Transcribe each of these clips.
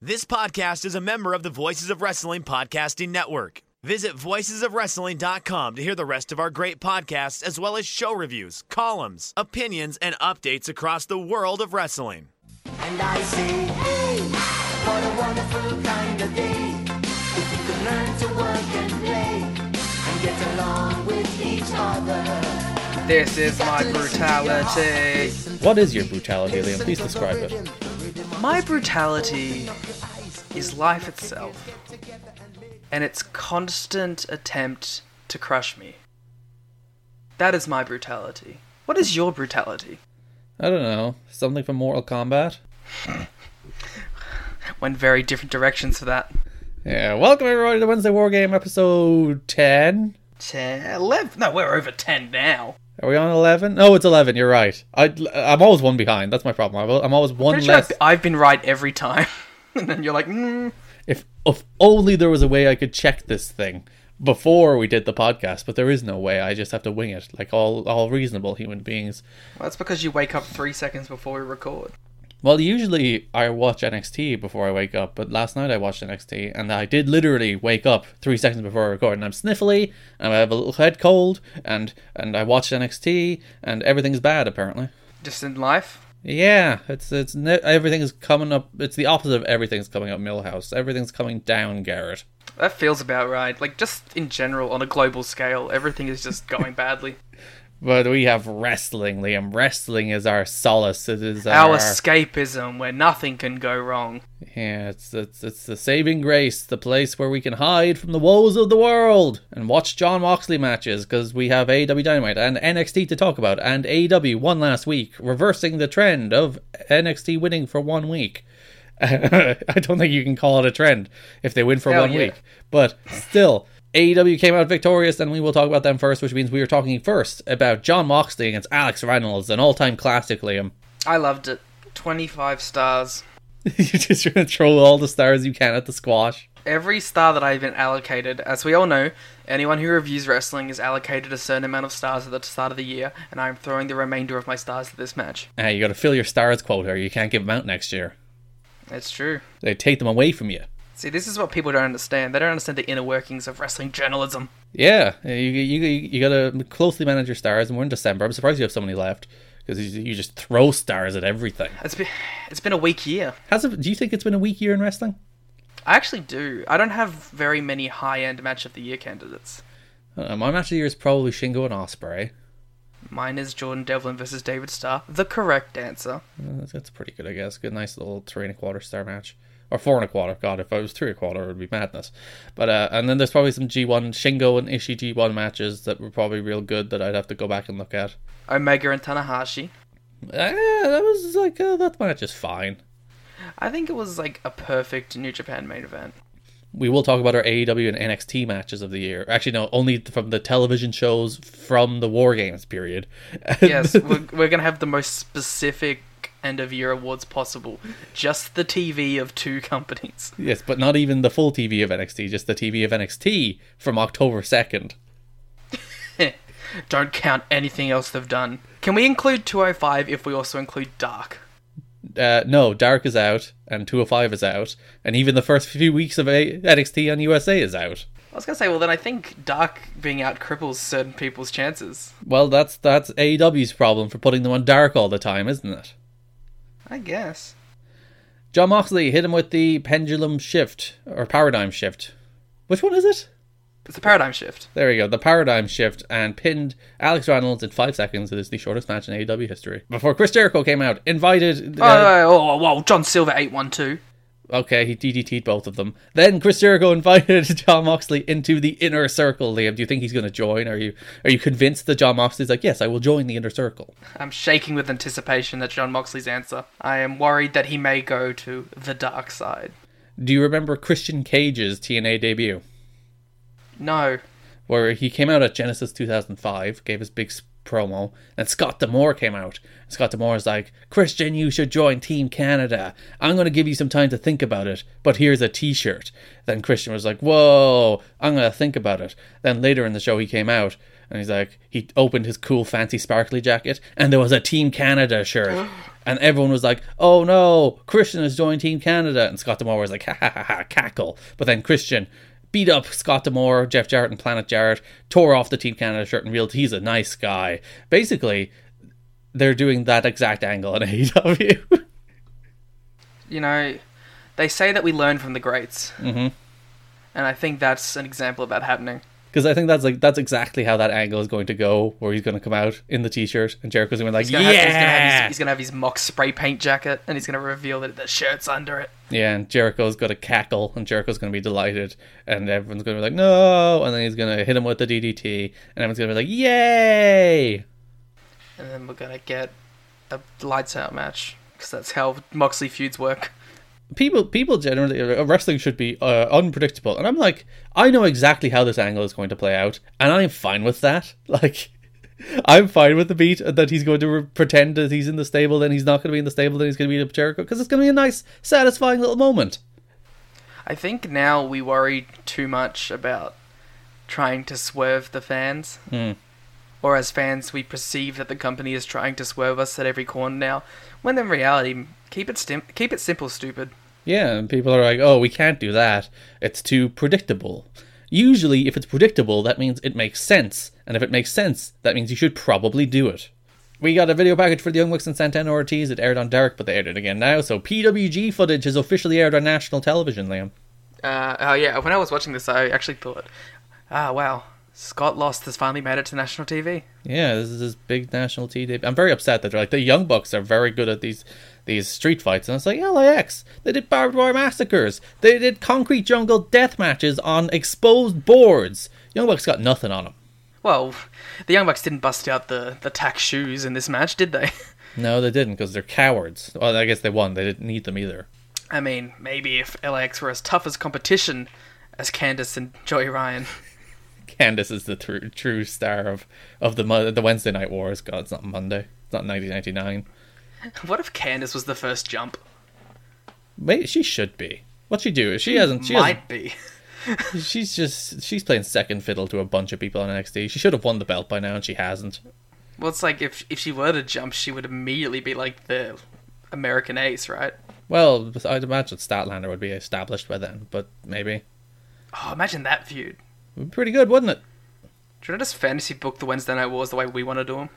This podcast is a member of the Voices of Wrestling Podcasting Network. Visit voicesofwrestling.com to hear the rest of our great podcasts, as well as show reviews, columns, opinions, and updates across the world of wrestling. And I say, hey, what a wonderful kind of day. If you could learn to work and play and get along with each other. This is my brutality. What is your brutality, Liam? Please describe it. My brutality is life itself and its constant attempt to crush me. That is my brutality. What is your brutality? I don't know. Something from Mortal Kombat? Went very different directions for that. Yeah, welcome everybody to Wednesday War Game episode 10. Ten, eleven? No, we're over ten now. Are we on 11? Oh, it's 11, you're right. I, I'm always one behind, that's my problem. I'm al- I'm always one Pretty sure less. I've, I've been right every time. and then you're like, mm, If, if only there was a way I could check this thing before we did the podcast, but there is no way. I just have to wing it, like all, all reasonable human beings. well, that's because you wake up three seconds before we record. Well, usually I watch NXT before I wake up, but last night I watched NXT and I did literally wake up three seconds before I record, and I'm sniffly and I have a little head cold, and and I watched NXT and everything's bad apparently. Just in life. Yeah, it's it's ne- everything's coming up. It's the opposite of everything's coming up. Millhouse, everything's coming down. Garrett. That feels about right. Like, just in general, on a global scale, everything is just going badly. But we have wrestling, Liam. Wrestling is our solace. It is our our, escapism where nothing can go wrong. Yeah, it's, it's it's the saving grace, the place where we can hide from the woes of the world and watch John Moxley matches because we have AEW Dynamite and NXT to talk about and AEW won last week, reversing the trend of NXT winning for one week. I don't think you can call it a trend if they win for Hell one yeah. week, but still. AEW came out victorious, and we will talk about them first, which means we are talking first about John Moxley against Alex Reynolds, an all-time classic, Liam. I loved it. 25 stars. You're just going to throw all the stars you can at the squash. Every star that I've been allocated, as we all know, anyone who reviews wrestling is allocated a certain amount of stars at the start of the year, and I'm throwing the remainder of my stars to this match. Ah, you got to fill your stars quota, or you can't give them out next year. It's true. They take them away from you. See, this is what people don't understand. They don't understand the inner workings of wrestling journalism. Yeah, you you you got to closely manage your stars, and we're in December. I'm surprised you have so many left because you, you just throw stars at everything. It's been, it's been a weak year. Has it, do you think it's been a weak year in wrestling? I actually do. I don't have very many high end match of the year candidates. I don't know, Um, my match of the year is probably Shingo and Osprey. Mine is Jordan Devlin versus David Starr, the correct answer. That's, that's pretty good, I guess. Good, nice little three and a quarter star match. Or four and a quarter. God, if I was three and a quarter, it would be madness. But uh, and then there's probably some G1 Shingo and Ishii G1 matches that were probably real good that I'd have to go back and look at. Omega and Tanahashi. Uh, that was like uh, that match is fine. I think it was like a perfect New Japan main event. We will talk about our AEW and NXT matches of the year. Actually, no, only from the television shows from the War Games period. Yes, we're, we're gonna have the most specific end of year awards possible. Just the TV of two companies. yes, but not even the full TV of NXT, just the TV of NXT from October 2nd. Don't count anything else they've done. Can we include 205 if we also include Dark? Uh, no, Dark is out, and 205 is out, and even the first few weeks of A- NXT on USA is out. I was gonna say, well then I think Dark being out cripples certain people's chances. Well, that's that's AEW's problem for putting them on Dark all the time, isn't it? I guess. John Moxley hit him with the pendulum shift or paradigm shift. Which one is it? It's a paradigm shift. There we go, the paradigm shift, and pinned Alex Reynolds in five seconds. It is the shortest match in AEW history. Before Chris Jericho came out, invited. Oh, uh, oh, oh, oh, oh, John Silver 812. okay, he DDT'd both of them. Then Chris Jericho invited John Moxley into the inner circle. Liam, do you think he's going to join? Are you are you convinced that John Moxley's like, yes, I will join the inner circle? I'm shaking with anticipation at John Moxley's answer. I am worried that he may go to the dark side. Do you remember Christian Cage's TNA debut? No. where he came out at Genesis 2005, gave his big s- promo, and Scott Demore came out. And Scott Demore's like, Christian, you should join Team Canada. I'm going to give you some time to think about it, but here's a t shirt. Then Christian was like, Whoa, I'm going to think about it. Then later in the show, he came out. And he's like, he opened his cool, fancy, sparkly jacket, and there was a Team Canada shirt. and everyone was like, oh no, Christian has joined Team Canada. And Scott Demore was like, ha ha ha ha, cackle. But then Christian beat up Scott Demore, Jeff Jarrett, and Planet Jarrett, tore off the Team Canada shirt, and realized he's a nice guy. Basically, they're doing that exact angle on E AEW. You know, they say that we learn from the greats. Mm-hmm. And I think that's an example of that happening. Because I think that's like that's exactly how that angle is going to go, where he's going to come out in the t-shirt and Jericho's going to be like, He's gonna have- he's, gonna have yeah, his, he's gonna have his mock spray paint jacket, and he's gonna reveal that the shirt's under it. yeah, and Jericho's going to cackle and Jericho's going to be delighted, and everyone's going to be like, no, and then he's going to hit him with the DDT, and everyone's going to be like, yay! And then we're gonna get a lights out match because that's how Moxley feuds work. People, people generally, uh, wrestling should be uh, unpredictable, and I'm like, I know exactly how this angle is going to play out, and I'm fine with that. Like, I'm fine with the beat that he's going to re- pretend that he's in the stable, then he's not going to be in the stable, then he's going to beat up Jericho, because it's going to be a nice, satisfying little moment. I think now we worry too much about trying to swerve the fans. Or as fans, we perceive that the company is trying to swerve us at every corner now, when in reality, keep it stim- keep it simple, stupid. Yeah, and people are like, "Oh, we can't do that. It's too predictable." Usually, if it's predictable, that means it makes sense, and if it makes sense, that means you should probably do it. We got a video package for the Young Bucks and Santana Ortiz. It aired on Derek, but they aired it again now. So PWG footage is officially aired on national television, Liam. Uh, oh yeah, when I was watching this, I actually thought, ah, wow, Scott Lost has finally made it to national TV. Yeah, this is his big national TV. I'm very upset that they're like the Young Bucks are very good at these these street fights, and it's like LAX. They did barbed wire massacres. They did concrete jungle death matches on exposed boards. Young Bucks got nothing on them. Well, the Young Bucks didn't bust out the, the tack shoes in this match, did they? No, they didn't because they're cowards. Well, I guess they won. They didn't need them either. I mean, maybe if LAX were as tough as competition as Candace and Joey Ryan. Candace is the true true star of of the Mo- the Wednesday Night Wars. God, it's not Monday. It's not 1999. What if Candace was the first jump? Maybe she should be. What she do? She hasn't. She hasn't Might be. she's just she's playing second fiddle to a bunch of people on NXT. She should have won the belt by now, and she hasn't. Well, it's like if if she were to jump, she would immediately be like the American Ace, right? Well, I'd imagine Statlander would be established by then, but maybe Oh, imagine that feud. Would be pretty good, wouldn't Should I just fantasy book the Wednesday Night Wars the way we want to do them?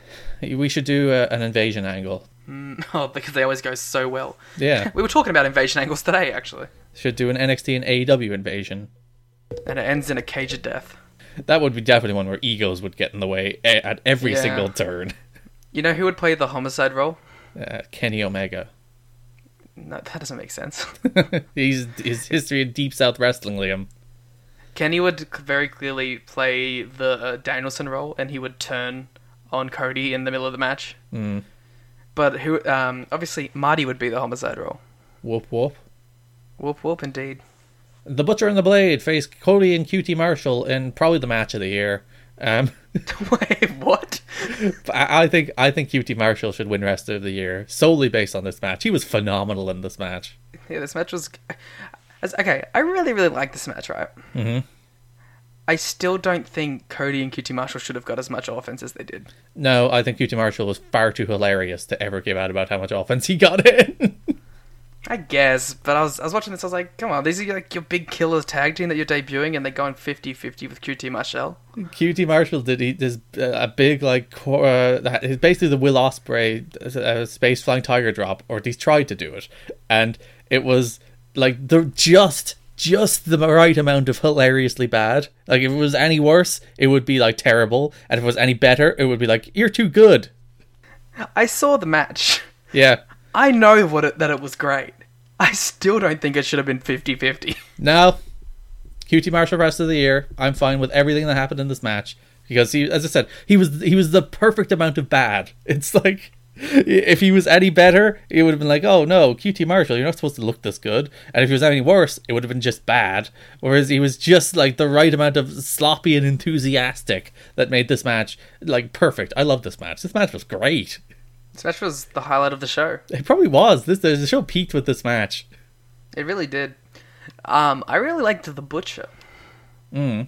it? We should do uh, an invasion angle. Oh, because they always go so well. Yeah, We were talking about invasion angles today, actually, should do an NXT and AEW invasion. and it ends in a cage of death. That would be definitely one where egos would get in the way eh, at every Yeah. single turn. You know who would play the homicide role? Uh, Kenny Omega. No, that doesn't make sense. He's his history in Deep South Wrestling, Liam. Kenny would c- very clearly play the uh, Danielson role, and he would turn on Cody in the middle of the match. Mm. But who? Um, obviously, Marty would be the homicide role. Whoop whoop. Whoop whoop, indeed. The Butcher and the Blade face Cody and QT Marshall in probably the match of the year. Um, Wait, what? I I think I think QT Marshall should win rest of the year solely based on this match. He was phenomenal in this match. Yeah, this match was. as- Okay, I really, really like this match, right? Mm-hmm. I still don't think Cody and QT Marshall should have got as much offense as they did. No, I think QT Marshall was far too hilarious to ever give out about how much offense he got in. I guess, but I was, I was watching this, I was like, come on, these are like your big killer tag team that you're debuting, and they're going 50 50 with QT Marshall. QT Marshall did he, this uh, a big like cor- uh, that- it's basically the Will Osprey uh, space flying tiger drop, or at least tried to do it, and it was like the just just the right amount of hilariously bad. Like if it was any worse, it would be like terrible, and if it was any better, it would be like you're too good. I saw the match. Yeah. I know what it, that it was great. I still don't think it should have been 50 50. Now, QT Marshall rest of the year. I'm fine with everything that happened in this match because he, as I said, he was he was the perfect amount of bad. It's like if he was any better, it would have been like, oh no, QT Marshall, you're not supposed to look this good. And if he was any worse, it would have been just bad. Whereas he was just like the right amount of sloppy and enthusiastic that made this match like perfect. I love this match. This match was great. This match was the highlight of the show. It probably was. This the show peaked with this match. It really did. Um, I really liked The Butcher. Mm.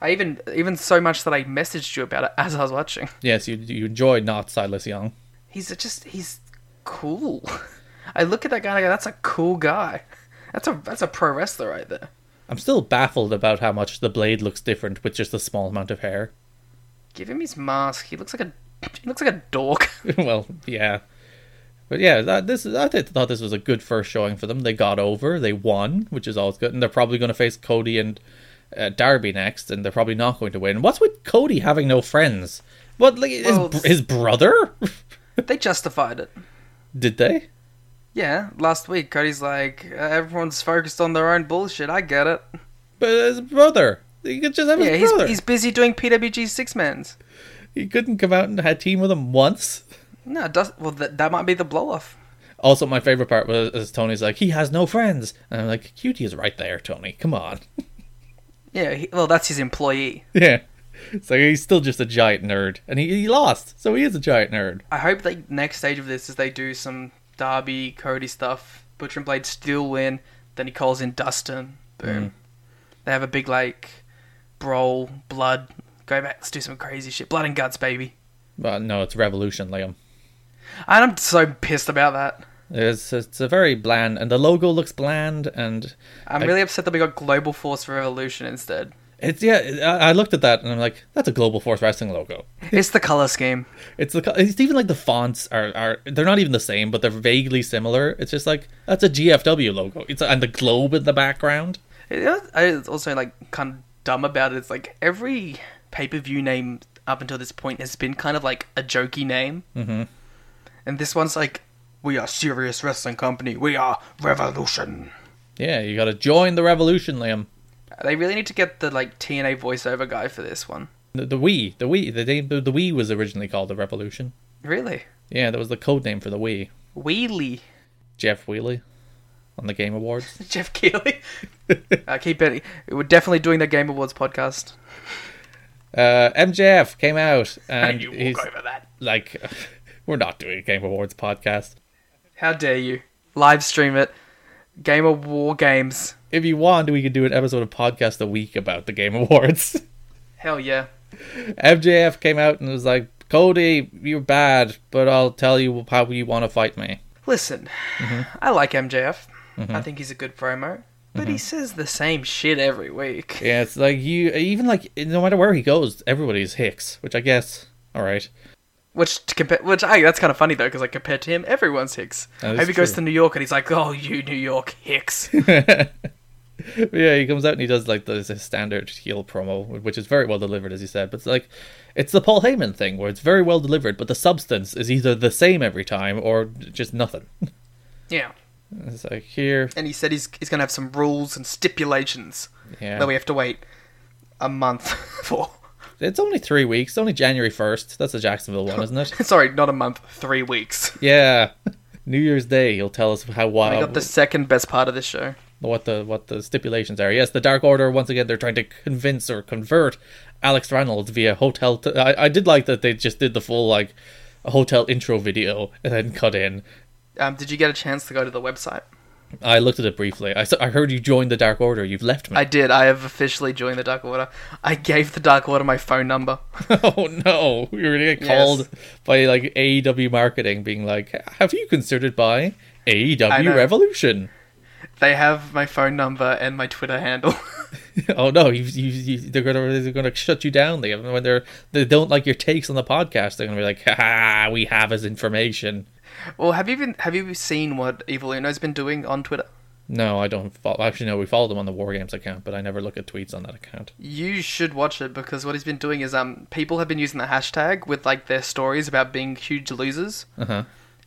I even even so much that I messaged you about it as I was watching. Yes, you you enjoyed not Silas Young. He's a- just he's cool. I look at that guy and I go, "That's a cool guy. That's a that's a pro wrestler right there." I'm still baffled about how much the blade looks different with just a small amount of hair. Give him his mask. He looks like a he looks like a dork. well, yeah, but yeah, that, this is- I th- thought this was a good first showing for them. They got over, they won, which is always good, and they're probably going to face Cody and uh, Darby next, and they're probably not going to win. What's with Cody having no friends? What like his, Well, his brother? they justified it. Did they? Yeah, last week Cody's like, "Uh, "Everyone's focused on their own bullshit. I get it." But his brother. He could just have Yeah, his he's brother. he's busy doing PWG six mans. He couldn't come out and had team with him once. No, it does well that that might be the blow off. Also, my favorite part was is Tony's like, he has no friends, and I'm like, Cutie is right there, Tony. Come on. Yeah, he, well that's his employee. yeah. So he's still just a giant nerd, and he, he lost, so he is a giant nerd. I hope they next stage of this is they do some Darby Cody stuff. Butcher and Blade still win. Then he calls in Dustin. Mm. Boom. They have a big like brawl, blood. Go back. Let's do some crazy shit. Blood and guts, baby. Well, no, it's Revolution, Liam. And I'm so pissed about that. It's it's a very bland, and the logo looks bland, and I'm I- really upset that we got Global Force Revolution instead. it's yeah. I, I looked at that and I'm like, that's a Global Force Wrestling logo. It's the color scheme. It's the co- it's even like the fonts are are they're not even the same, but they're vaguely similar. It's just like that's a GFW logo. It's and the globe in the background. It- it- It's also like kind of dumb about it. It's like every pay per view name up until this point has been kind of like a jokey name, mm-hmm. and this one's like, "We are serious wrestling company. We are revolution." Yeah, you got to join the revolution, Liam. They really need to get the like TNA voiceover guy for this one. The, the Wii, the Wii, the name, the, the Wii was originally called the Revolution. Really, Yeah, that was the code name for the Wii. Wheelie Jeff Wheely on the Game Awards. Jeff Keeley. uh, keep it. We're definitely doing the Game Awards podcast. Uh, MJF came out and you he's- walk over that. like we're not doing a game awards podcast How dare you live stream it? Game of War Games. if you want we could do an episode of podcast a week about the game awards Hell yeah. mjf came out and was like cody you're bad but i'll tell you how you want to fight me Listen, Mm-hmm. I like MJF. I think he's a good promo, but he says the same shit every week. yeah it's like you even like no matter where he goes everybody's hicks which i guess all right Which to compare, which I that's kind of funny though, because like compared to him, everyone's Hicks. That Maybe is he goes true. to New York and he's like, "Oh, you New York Hicks." But yeah he comes out and he does like this standard heel promo which is very well delivered as you said but it's like it's the paul heyman thing where it's very well delivered but the substance is either the same every time or just nothing yeah, it's like here and he said he's he's gonna have some rules and stipulations yeah that we have to wait a month for. It's only three weeks. It's only January 1st. That's the Jacksonville one, isn't it? Sorry, not a month, three weeks. yeah. New Year's Day, he'll tell us how I wild got the second best part of this show. what the what the stipulations are. Yes, the Dark Order once again they're trying to convince or convert Alex Reynolds via hotel. T- I I did like that they just did the full like hotel intro video and then cut in. Um, did you get a chance to go to the website? I looked at it briefly. I, s- I heard you joined the Dark Order. You've left me. I did. I have officially joined the Dark Order. I gave the Dark Order my phone number. oh no, we were gonna get called Yes. by like AEW marketing, being like, "Have you considered buying I AEW know. Revolution?" They have my phone number and my Twitter handle. Oh no, you, you, you, they're gonna they're gonna shut you down. They when they're they don't like your takes on the podcast. They're gonna be like, "Ha, ha we have his information. well, have you been? Have you seen what Evil Uno's been doing on Twitter? No, I don't follow. Actually, no, we follow them on the War Games account, but I never look at tweets on that account. You should watch it because what he's been doing is um people have been using the hashtag with like their stories about being huge losers, Uh-huh.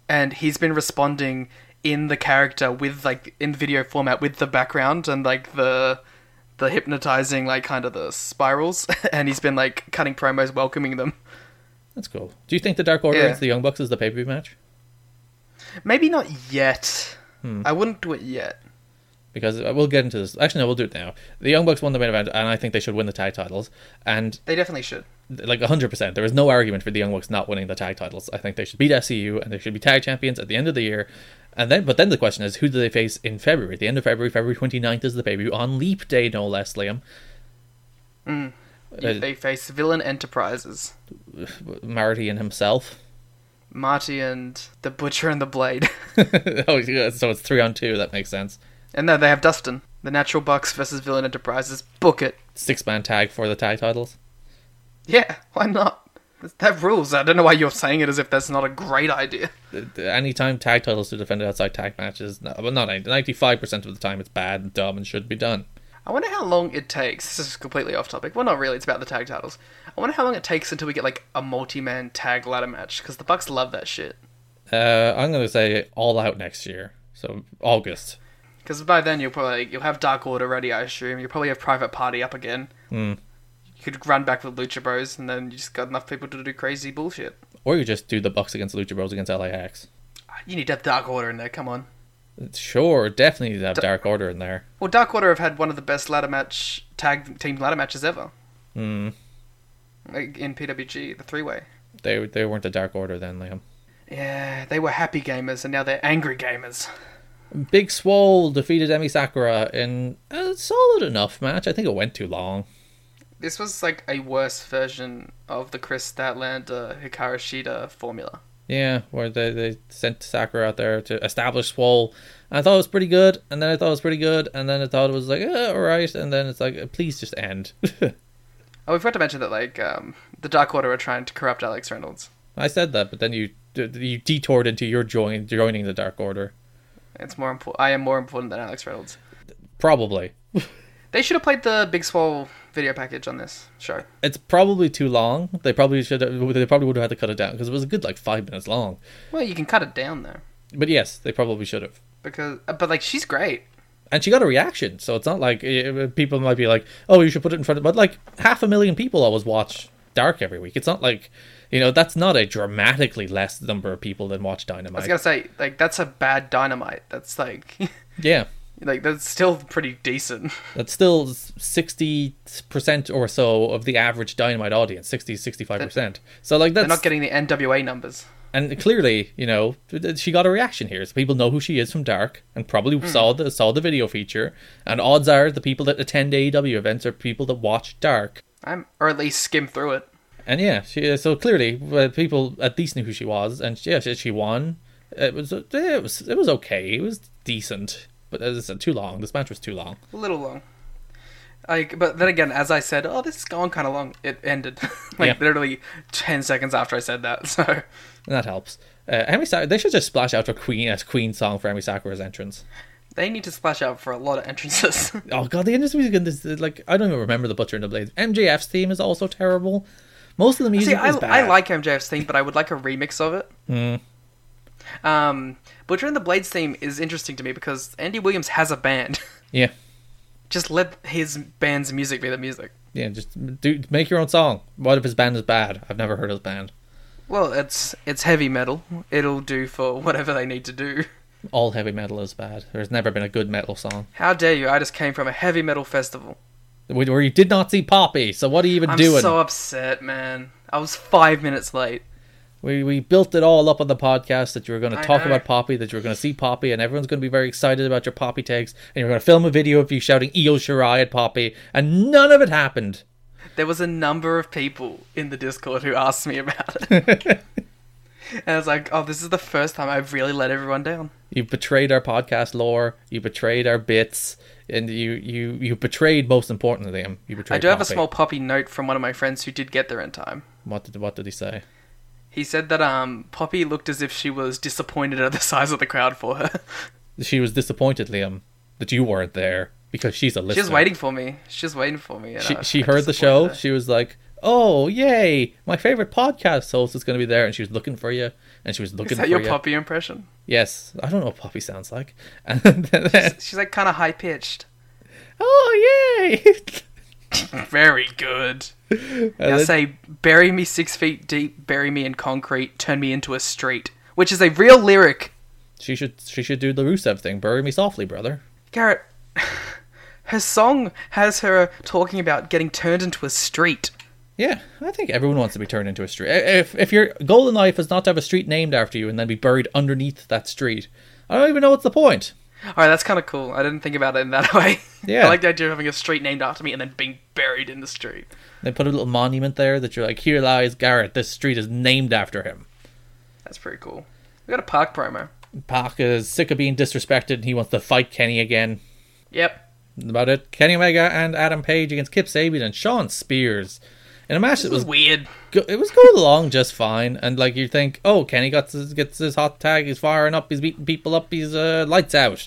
and he's been responding in the character with like in video format with the background and like the the hypnotizing like kind of the spirals, and he's been like cutting promos welcoming them. That's cool. Do you think the Dark Order Yeah. against the Young Bucks is the pay per view match? Maybe not yet. I wouldn't do it yet. Because uh, we'll get into this. Actually, no, we'll do it now. The Young Bucks won the main event, and I think they should win the tag titles. And They definitely should. like 100%. There is no argument for the Young Bucks not winning the tag titles. I think they should beat SCU and they should be tag champions at the end of the year. And then, but then the question is, who do they face in February? At the end of February, February 29th is the debut on Leap Day, no less, Liam. Uh, they face villain enterprises. Marty and himself. Marty and the Butcher and the Blade. oh, yeah, so it's three on two. That makes sense. and then they have Dustin. The Natural Bucks versus Villain Enterprises. Book it. Six man tag for the tag titles. Yeah, why not? That rules. I don't know why you're saying it as if that's not a great idea. Uh, Anytime tag titles are defended outside tag matches, no, well, not ninety-five percent of the time, it's bad and dumb and should be done. I wonder how long it takes. This is completely off topic. Well, not really. It's about the tag titles. I wonder how long it takes until we get like a multi-man tag ladder match because the Bucks love that shit. Uh, I'm gonna say all out next year. So August. Because by then you'll probably you'll have Dark Order ready, I assume. You'll probably have Private Party up again. You could run back with Lucha Bros, and then you just got enough people to do crazy bullshit. Or you just do the Bucks against Lucha Bros against LAX. You need to have Dark Order in there. Come on. Sure, definitely need to have Dark Order in there. Well, Dark Order have had one of the best ladder match tag team ladder matches ever. Hmm. Like in PWG, the three way. They they weren't the Dark Order then, Liam. Yeah, they were happy gamers, and now they're angry gamers. Big Swole defeated Emi Sakura in a solid enough match. I think it went too long. This was like a worse version of the Chris Statlander Hikaru Shida formula. Yeah, where they, they sent Sakura out there to establish Swole. And I thought it was pretty good, and then I thought it was pretty good, and then I thought it was like, eh, alright, and then it's like, please just end. Oh, we forgot to mention that like um, the Dark Order are trying to corrupt Alex Reynolds. I said that, but then you you detoured into your join, joining the Dark Order. It's more important. I am more important than Alex Reynolds. Probably. They should have played the Big Swole video package on this show. It's probably too long. They probably should. Have, they probably would have had to cut it down because it was a good like five minutes long. Well, you can cut it down though, But yes, they probably should have. because uh, but like she's great. and she got a reaction. So it's not like eh, people might be like, "Oh, you should put it in front of." But like half a million people always watch Dark every week. It's not like you know that's not a dramatically less number of people than watch I Dynamite. was gonna say like that's a bad dynamite. That's like Yeah, like that's still pretty decent. that's still sixty percent or so of the average Dynamite audience, 60 65 percent. So like They're that's not getting the NWA numbers. and clearly you know th- th- she got a reaction here. So people know who she is from Dark and probably Hmm. saw the saw the video feature. And odds are the people that attend AEW events are people that watch Dark. I'm or at least skim through it. And yeah, she, so clearly uh, people at least knew who she was, and yeah, she, she won. It was uh, it was it was okay. It was decent, but as I said, too long. This match was too long. A little long. Like, but then again, as I said, oh, this is going kind of long. It ended like Yeah. literally ten seconds after I said that. So And that helps. Uh, Emi Sa- they should just splash out a Queen a Queen song for Emi Sakura's entrance. they need to splash out for a lot of entrances. Oh god, the entrance music in this is, like I don't even remember the Butcher and the Blade. MJF's theme is also terrible. Most of the music See, I, is bad. Mm. I like MJF's theme, but I would like a remix of it. Um, Butcher and the Blades theme is interesting to me because Andy Williams has a band. yeah Just let his band's music be the music. yeah just do make your own song. What if his band is bad? I've never heard his band. Well, it's it's heavy metal. It'll do for whatever they need to do. All heavy metal is bad. There's never been a good metal song. How dare you? I just came from a heavy metal festival. Where where you did not see Poppy. So what are you even I'm doing? so upset, man. I was five minutes late. We we built it all up on the podcast that you were going to I talk know. about Poppy, that you were going to see Poppy, and everyone's going to be very excited about your Poppy takes, and you're going to film a video of you shouting "Io Shirai" at Poppy, and none of it happened. There was a number of people in the Discord who asked me about it. and I was like, oh, this is the first time I've really let everyone down. You betrayed our podcast lore. You betrayed our bits, and you you you betrayed most importantly him. You betrayed. I do have a Poppy. small poppy note from one of my friends who did get there in time. What did what did he say? He said that um, Poppy looked as if she was disappointed at the size of the crowd for her. She was disappointed, Liam, that you weren't there because she's a she listener. was waiting for me. She was waiting for me. and she, I- she I heard the show. disappointed her. She was like, "Oh, yay! My favorite podcast host is going to be there," and she was looking for you, and she was looking Is that for your you. Poppy impression? Yes, I don't know what Poppy sounds like. And then, She's like kind of high pitched. oh, yay! Very good. Now then- say, bury me six feet deep, bury me in concrete, turn me into a street, which is a real lyric. she should she should do the Rusev thing. Bury me softly, brother. Garrett, her song has her talking about getting turned into a street. Yeah, I think everyone wants to be turned into a street. If if your goal in life is not to have a street named after you and then be buried underneath that street, I don't even know what's the point. All right, that's kind of cool. I didn't think about it in that way. Yeah. I like the idea of having a street named after me and then being buried in the street. They put a little monument there that you're like, here lies Garrett. This street is named after him. That's pretty cool. We got a park promo. Pac is sick of being disrespected. and He wants to fight Kenny again. Yep. That's about it. Kenny Omega and Adam Page against Kip Sabian and Sean Spears. In a match that It was was weird. go- it was going along just fine, and like you think, oh, Kenny got this, gets his hot tag, he's firing up, he's beating people up, he's uh, lights out,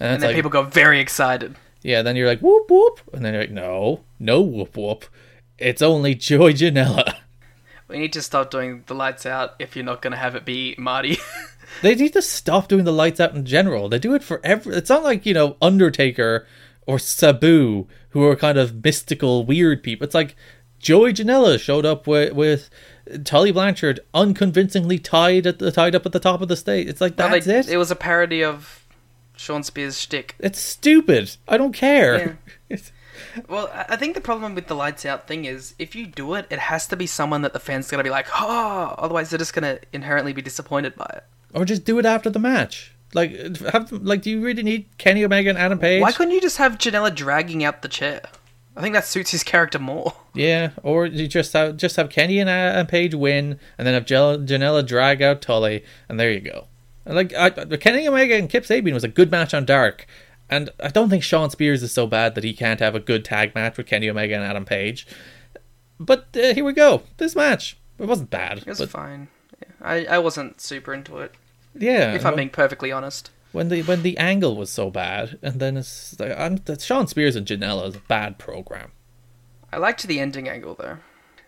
and, And it's then like, people got very excited. yeah, then you're like whoop whoop, and then you're like, no, no whoop whoop, it's only Joy Janela. We need to stop doing the lights out if you're not going to have it be Marty. they need to stop doing the lights out in general. They do it for every. It's not like you know Undertaker or Sabu who are kind of mystical weird people. It's like Joey Janela showed up with with Tully Blanchard unconvincingly tied at the tied up at the top of the stage. It's like Well, that's they- it. It was a parody of Sean Spears' shtick. It's stupid. I don't care. It's- Well, I I think the problem with the lights out thing is if you do it, it has to be someone that the fans gonna be like, oh, otherwise they're just gonna inherently be disappointed by it. or just do it after the match. Like, have like, do you really need Kenny Omega and Adam Page? Why couldn't you just have Janela dragging out the chair? I think that suits his character more. Yeah, or you just have just have Kenny and, uh, and Paige win, and then have Jel- Janela drag out Tully, and there you go. And like I, I- Kenny Omega and Kip Sabian was a good match on Dark, and I don't think Sean Spears is so bad that he can't have a good tag match with Kenny Omega and Adam Page. But uh, here we go. This match it wasn't bad. It was but fine. Yeah, I, I wasn't super into it, yeah, if well- I'm being perfectly honest. when the when the angle was so bad, and then it's like I'm, that Sean Spears and Janela is a bad program. I liked the ending angle though.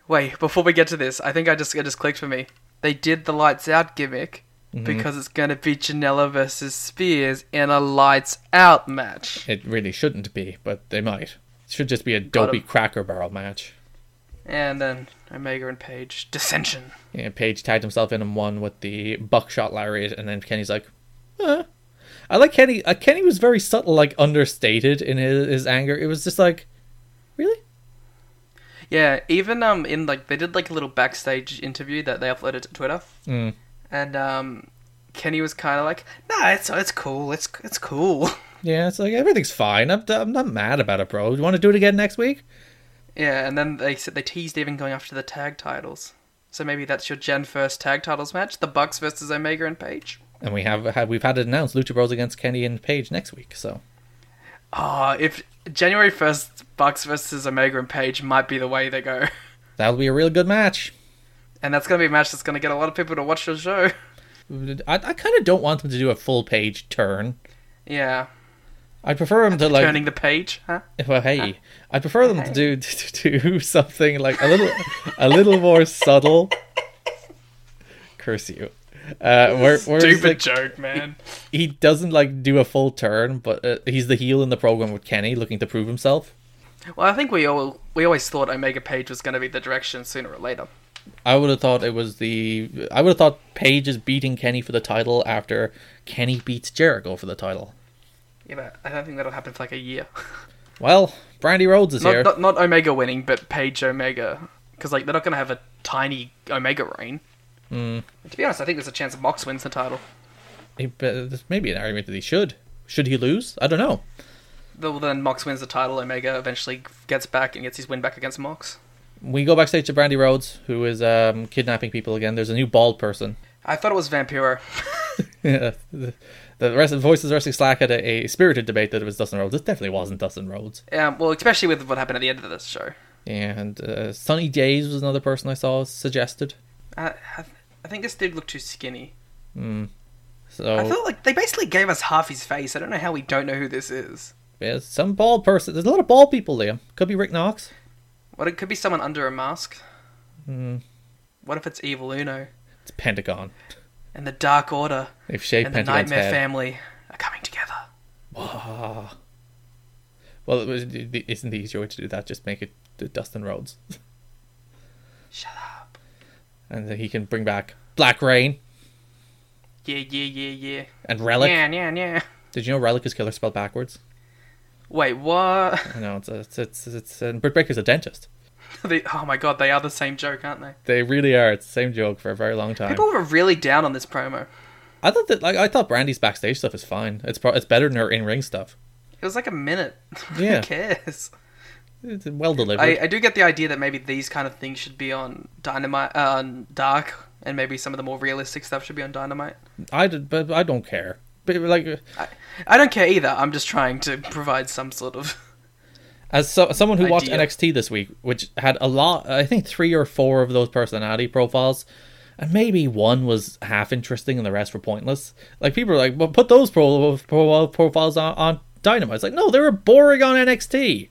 Wait, before we get to this, I think I just it just clicked for me. They did the lights out gimmick Mm-hmm. because it's gonna be Janela versus Spears in a lights out match. It really shouldn't be, but they might. It should just be a dopey cracker barrel match. And then Omega and Page dissension. Yeah, Page tagged himself in and won with the buckshot lariat, and then Kenny's like, eh. I like Kenny. Uh, Kenny was very subtle, like understated in his, his anger. It was just like, really? Yeah, even um in like they did like a little backstage interview that they uploaded to Twitter. Mm. And um Kenny was kind of like, "Nah, it's it's cool. It's it's cool." Yeah, it's like everything's fine. I'm, I'm not mad about it, bro. You want to do it again next week? yeah, and then they said they teased even going after the tag titles. So maybe that's your Gen first tag titles match, the Bucks versus Omega and Page. And we have had we've had it announced: Lucha Bros against Kenny and Page next week. So Ah, if January 1st Bucks versus Omega and Page might be the way they go. that'll be a real good match. And that's going to be a match that's going to get a lot of people to watch the show. I, I kind of don't want them to do a full page turn. Yeah. I prefer them to like Turning the page, huh? Well, hey, I prefer them to do to do something like a little a little more subtle. Curse you. Uh, where where it's Stupid like, joke, man. he doesn't like do a full turn, but uh, he's the heel in the program with Kenny, looking to prove himself. Well, I think we all we always thought Omega Page was going to be the direction sooner or later. I would have thought it was the I would have thought Paige is beating Kenny for the title after Kenny beats Jericho for the title. Yeah, but I don't think that'll happen for like a year. Well, Brandy Rhodes is here. not, not not Omega winning, but Page Omega, because like they're not going to have a tiny Omega reign. Mm. To be honest, I think there's a chance Mox wins the title. He- uh, but There's maybe an argument that he should. Should he lose? I don't know. Though then Mox wins the title, Omega eventually gets back and gets his win back against Mox. We go backstage to Brandy Rhodes, who is um, kidnapping people again. There's a new bald person. I thought it was Vampiro. the the rest of voices wrestling slack had a, a spirited debate that it was Dustin Rhodes. It definitely wasn't Dustin Rhodes. Um, well, especially with what happened at the end of this show. And uh, Sunny Days was another person I saw suggested. I, I, I think this dude looked too skinny. So I felt like they basically gave us half his face. I don't know how we don't know who this is. yeah, some bald person. There's a lot of bald people there. Could be Rick Knox. What it could be someone under a mask. Hmm. What if it's Evil Uno It's Pentagon. and the Dark Order They've shaved and the Pentagon's Nightmare head. Family are coming together? Ah. Well, it was, it- isn't the easier way to do that? Just make it D- Dustin Rhodes, Shut up. and then he can bring back Black Rain Yeah, yeah, yeah, yeah. and Relic. yeah, yeah, yeah. Did you know Relic is killer spelled backwards? Wait, what? I know it's it's it's, it's and Britt Baker's a dentist. they, oh my god, they are the same joke, aren't they? They really are. It's the same joke for a very long time. People were really down on this promo. I thought that like I thought Brandy's backstage stuff is fine. It's pro- it's better than her in ring stuff. It was like a minute. Yeah. Who cares? It's well delivered. I, I do get the idea that maybe these kind of things should be on Dynamite, uh, on Dark, and maybe some of the more realistic stuff should be on Dynamite. I, did, but I don't care. But like, I, I don't care either. I'm just trying to provide some sort of. As so, as someone who watched Idea. NXT this week, which had a lot, I think three or four of those personality profiles, and maybe one was half interesting and the rest were pointless. Like people are like, "Well, put those pro- pro- profiles on, on Dynamite." It's like, no, they were boring on NXT.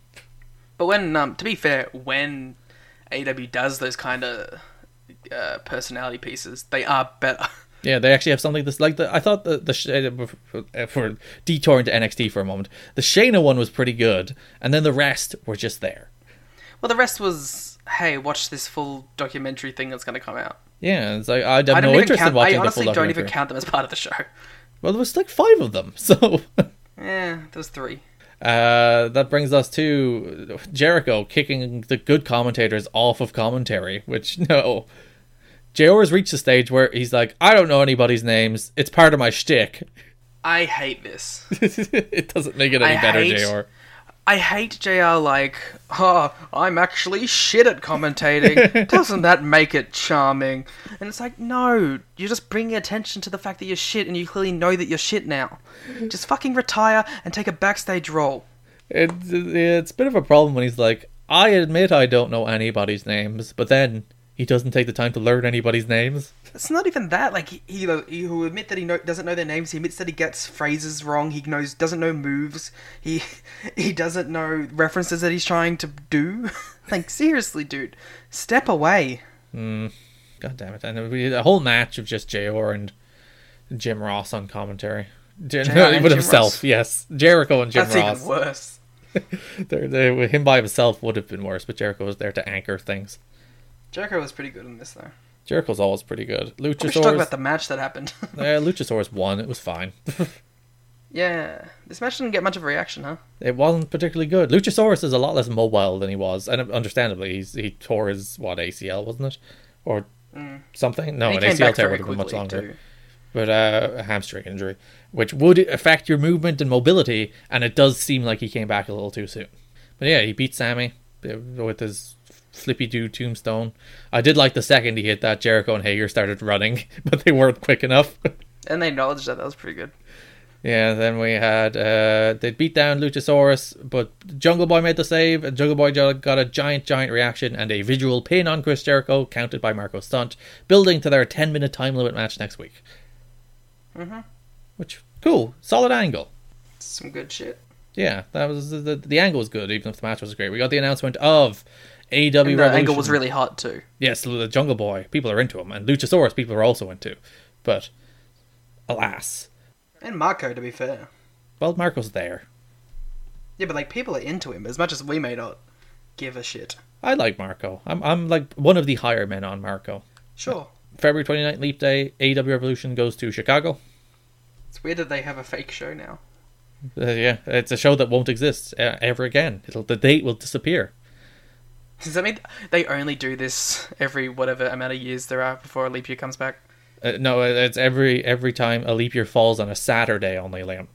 But when, um, to be fair, when AW does those kind of uh, personality pieces, they are better. Yeah, they actually have something that's like the. I thought the the Sh- uh, for detouring to NXT for a moment, the Shayna one was pretty good, and then the rest were just there. well, the rest was, hey, watch this full documentary thing that's going to come out. Yeah, it's like I have I don't no even interest count. in I watching the full honestly don't even documentary. count them as part of the show. Well, there was like five of them, so. Yeah, there was three. Uh, that brings us to Jericho kicking the good commentators off of commentary, which no. JR has reached a stage where he's like, I don't know anybody's names. It's part of my shtick. I hate this. it doesn't make it any I better, hate- JR. I hate JR like, oh, I'm actually shit at commentating. Doesn't that make it charming? And it's like, no, you're just bringing attention to the fact that you're shit and you clearly know that you're shit now. Just fucking retire and take a backstage role. It, it's a bit of a problem when he's like, I admit I don't know anybody's names, but then he doesn't take the time to learn anybody's names. It's not even that. Like, he, he, he will admit that he know, doesn't know their names. He admits that he gets phrases wrong. He knows doesn't know moves. He he doesn't know references that he's trying to do. like, seriously, dude, step away. God damn it. And we had a whole match of just JR and Jim Ross on commentary. J- JR no, and with Jim himself, Ross. yes. Jericho and Jim That's Ross. even worse. There, there, him by himself would have been worse, but Jericho was there to anchor things. Jericho was pretty good in this though. Jericho's always pretty good. We should talk Luchasaurus, about the match that happened. eh, Luchasaurus won. It was fine. yeah, this match didn't get much of a reaction, huh? it wasn't particularly good. Luchasaurus is a lot less mobile than he was, and understandably, he's, he tore his what ACL, wasn't it, or something? No, Mm. And an ACL tear would have been much longer, too. but uh, a hamstring injury, which would affect your movement and mobility, and it does seem like he came back a little too soon. But yeah, he beat Sammy uh, with his flippy do tombstone. I did like the second he hit that Jericho and Hager started running, but they weren't quick enough. And they acknowledged that that was pretty good. yeah, then we had uh, they beat down Luchasaurus, but Jungle Boy made the save. and Jungle Boy jo- got a giant, giant reaction and a visual pin on Chris Jericho, counted by Marco Stunt, building to their ten minute time limit match next week. Mm-hmm. Mm-hmm. Which cool, solid angle. Some good shit. Yeah, that was the, the, the angle was good, even if the match was great. We got the announcement of AW And Revolution. the angle was really hot too. yes, the Jungle Boy. People are into him, and Luchasaurus. People are also into, but alas, And Marco, to be fair. well, Marco's there. Yeah, but like people are into him as much as we may not give a shit. I like Marco. I'm I'm like one of the higher men on Marco. Sure. February 29th, Leap Day. AW Revolution goes to Chicago. It's weird that they have a fake show now. Uh, yeah, it's a show that won't exist uh, ever again. It'll the date will disappear. Does that mean they only do this every whatever amount of years there are before a leap year comes back? Uh, no, it's every every time a leap year falls on a Saturday only, Liam.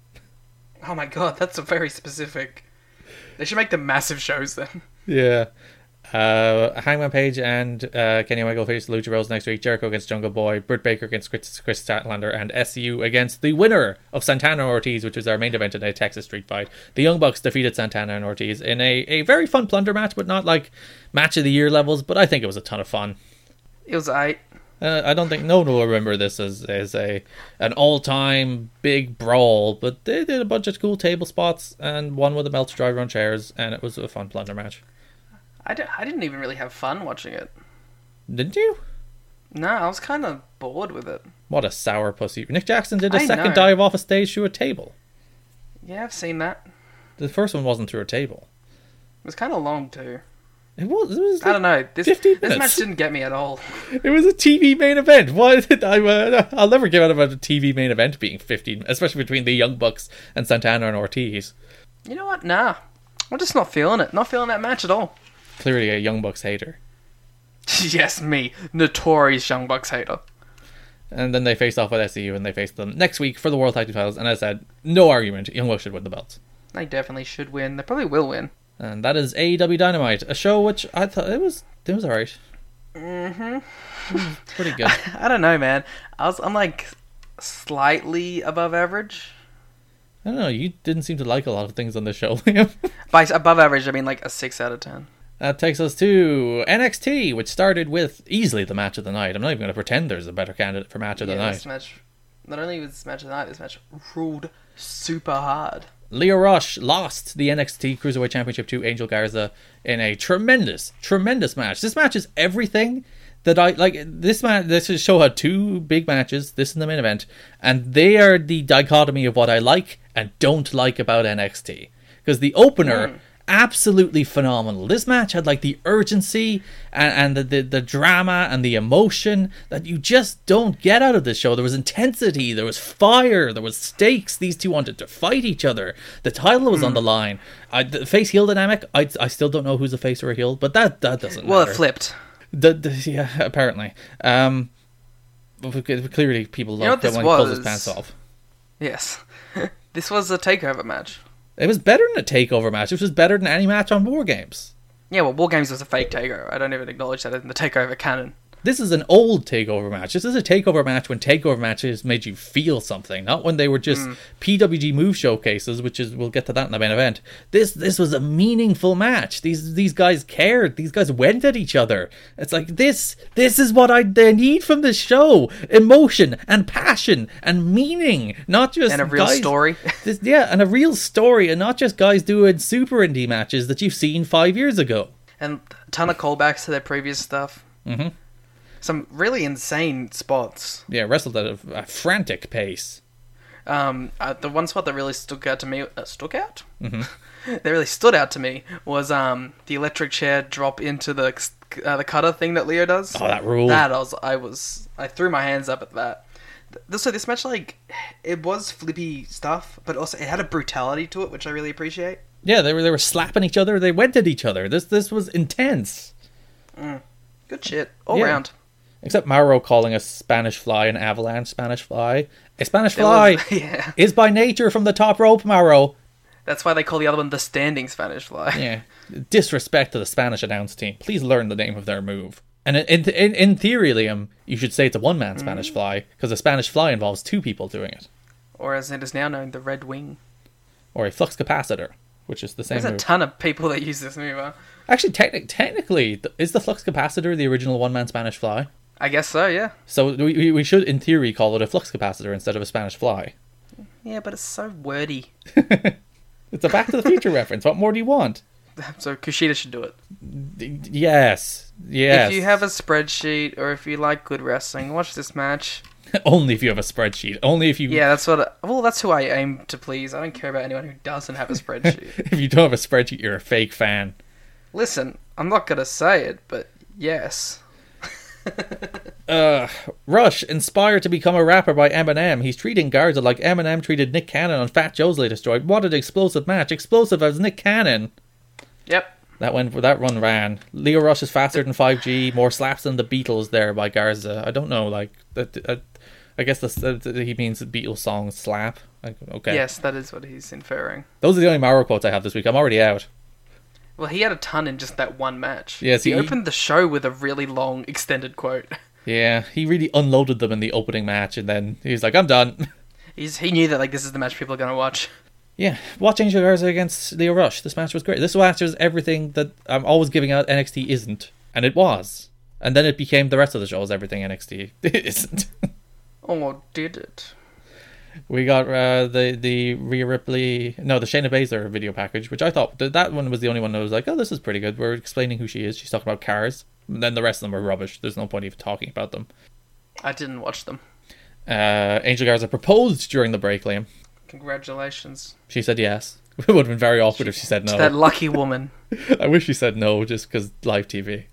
Oh my god, that's a very specific. They should make the massive shows then. Yeah. Uh, Hangman Page and uh, Kenny Omega will face the Lucha Bros next week. Jericho against Jungle Boy. Britt Baker against Chris, Chris Statlander. And SCU against the winner of Santana and Ortiz, which was our main event in a Texas Street Fight. The Young Bucks defeated Santana and Ortiz in a, a very fun plunder match, but not like match of the year levels. But I think it was a ton of fun. It was I. Uh, I don't think no one will remember this as, as a an all time big brawl, but they did a bunch of cool table spots and one with a melt driver on chairs, and it was a fun plunder match. I, d- I didn't even really have fun watching it. Didn't you? No, I was kind of bored with it. What a sour pussy. Nick Jackson did a I second know. dive off a stage through a table. Yeah, I've seen that. It The first one wasn't through a table. was kind of long too. It was. It was, I don't know. This 15 this minutes. match didn't get me at all. it was a TV main event. Why did I? Uh, I'll never give out about a TV main event being 15, especially between the Young Bucks and Santana and Ortiz. You know what? Nah, I'm just not feeling it. Not feeling that match at all. Clearly a Young Bucks hater. yes, me, notorious Young Bucks hater. And then they faced off with SCU and they faced them next week for the World Tag Team titles. And as I said, no argument. Young Bucks should win the belts. They definitely should win. They probably will win. And that is AEW Dynamite, a show which I thought it was it was alright. Mm-hmm. Mm-hmm. Pretty good. I don't know, man. I was I'm like slightly above average. I don't know. You didn't seem to like a lot of things on this show, Liam. Uh, By s- above average, I mean like a six out of ten. That takes us to NXT, which started with easily the match of the night. I'm not even going to pretend there's a better candidate for match of the yeah, night. this match. Not only was this match of the night, this match ruled super hard. Leo Rush lost the NXT Cruiserweight Championship to Angel Garza in a tremendous, tremendous match. This match is everything that I like. This man, this is- show had two big matches. This and the main event, and they are the dichotomy of what I like and don't like about NXT. Because the opener, Hmm. absolutely phenomenal. This match had like the urgency and, and the, the the drama and the emotion that you just don't get out of this show. There was intensity, there was fire, there was stakes. These two wanted to fight each other. The title was on Hmm. the line. I, the face heel dynamic. I, I still don't know who's a face or a heel, but that that doesn't Well, matter. it flipped. The, the, yeah, apparently. Um, but we- clearly people know like what that this when he pulls his was? pants off. Yes, this was a takeover match. It was better than a takeover match. It was better than any match on War Games. Yeah, well, War Games was a fake takeover. I don't even acknowledge that in the takeover canon. This is an old takeover match. This is a takeover match when takeover matches made you feel something, not when they were just Mm. PWG move showcases, which is we'll get to that in the main event. This this was a meaningful match. These these guys cared. These guys went at each other. It's like this this is what I they need from this show: emotion and passion and meaning, not just And a real guys- story. this, yeah, and a real story, and not just guys doing super indie matches that you've seen five years ago. and a ton of callbacks to their previous stuff. Mm-hmm. Some really insane spots. Yeah, wrestled at a, a frantic pace. Um, uh, the one spot that really stuck out to me, uh, stuck out, mm-hmm. that really stood out to me was um the electric chair drop into the uh, the cutter thing that Leo does. Oh, that ruled. That I was, I was, I threw my hands up at that. Th- So this match, like, it was flippy stuff, but also it had a brutality to it, which I really appreciate. Yeah, they were they were slapping each other. They went at each other. This this was intense. Good shit all Yeah. round. Except Mauro calling a Spanish fly an avalanche Spanish fly. A Spanish It was- fly yeah. is by nature from the top rope, Mauro. That's why they call the other one the standing Spanish fly. Yeah, disrespect to the Spanish announce team. Please learn the name of their move. And in in, in theory, Liam, you should say it's a one man Mm. Spanish fly because a Spanish fly involves two people doing it, Or as it is now known, the red wing. or a flux capacitor, which is the same. There's a move. ton of people that use this move. Huh? Actually, techni- technically, th- is the flux capacitor the original one man Spanish fly? I guess so. Yeah. So we- we, we should, in theory, call it a flux capacitor instead of a Spanish fly. Yeah, but it's so wordy. It's a Back to the Future reference. What more do you want? So Kushida should do it. D- Yes, yes. If you have a spreadsheet or if you like good wrestling, watch this match. only if you have a spreadsheet. Only if you Yeah, that's what. well, that's who I aim to please. I don't care about anyone who doesn't have a spreadsheet. if you don't have a spreadsheet, you're a fake fan. Listen, I'm not gonna say it, but yes, Rush inspired to become a rapper by Eminem. He's treating Garza like Eminem treated Nick Cannon on Fat Joe's latest joint. What an explosive match! Explosive as Nick Cannon. yep. That went. That run ran. Leo Rush is faster than 5G. More slaps than the Beatles. There by Garza. I don't know. Like that. I, I guess that's, that, that he means the Beatles song slap. Like, okay. Yes, that is what he's inferring. Those are the only Mauro quotes I have this week. I'm already out. Well, he had a ton in just that one match. Yes, he, he- opened the show with a really long, extended quote. Yeah, he really unloaded them in the opening match, and then he's like, "I'm done." He's, he knew that like this is the match people are gonna watch. yeah, watch Angel Garza against Leo Rush. This match was great. This match was everything that I'm always giving out NXT isn't, and it was. And then it became the rest of the show is everything NXT isn't. Oh, did it? we got uh, the the Rhea Ripley, no, the Shayna Baszler video package, which I thought that, that one was the only one that was like, "Oh, this is pretty good." We're explaining who she is. She's talking about cars. And then the rest of them were rubbish. There's no point even talking about them. I didn't watch them. Uh, Angel Garza proposed during the break, Liam. Congratulations She said yes. It would have been very awkward if she said to that no. lucky woman. I wish she said no just because live TV.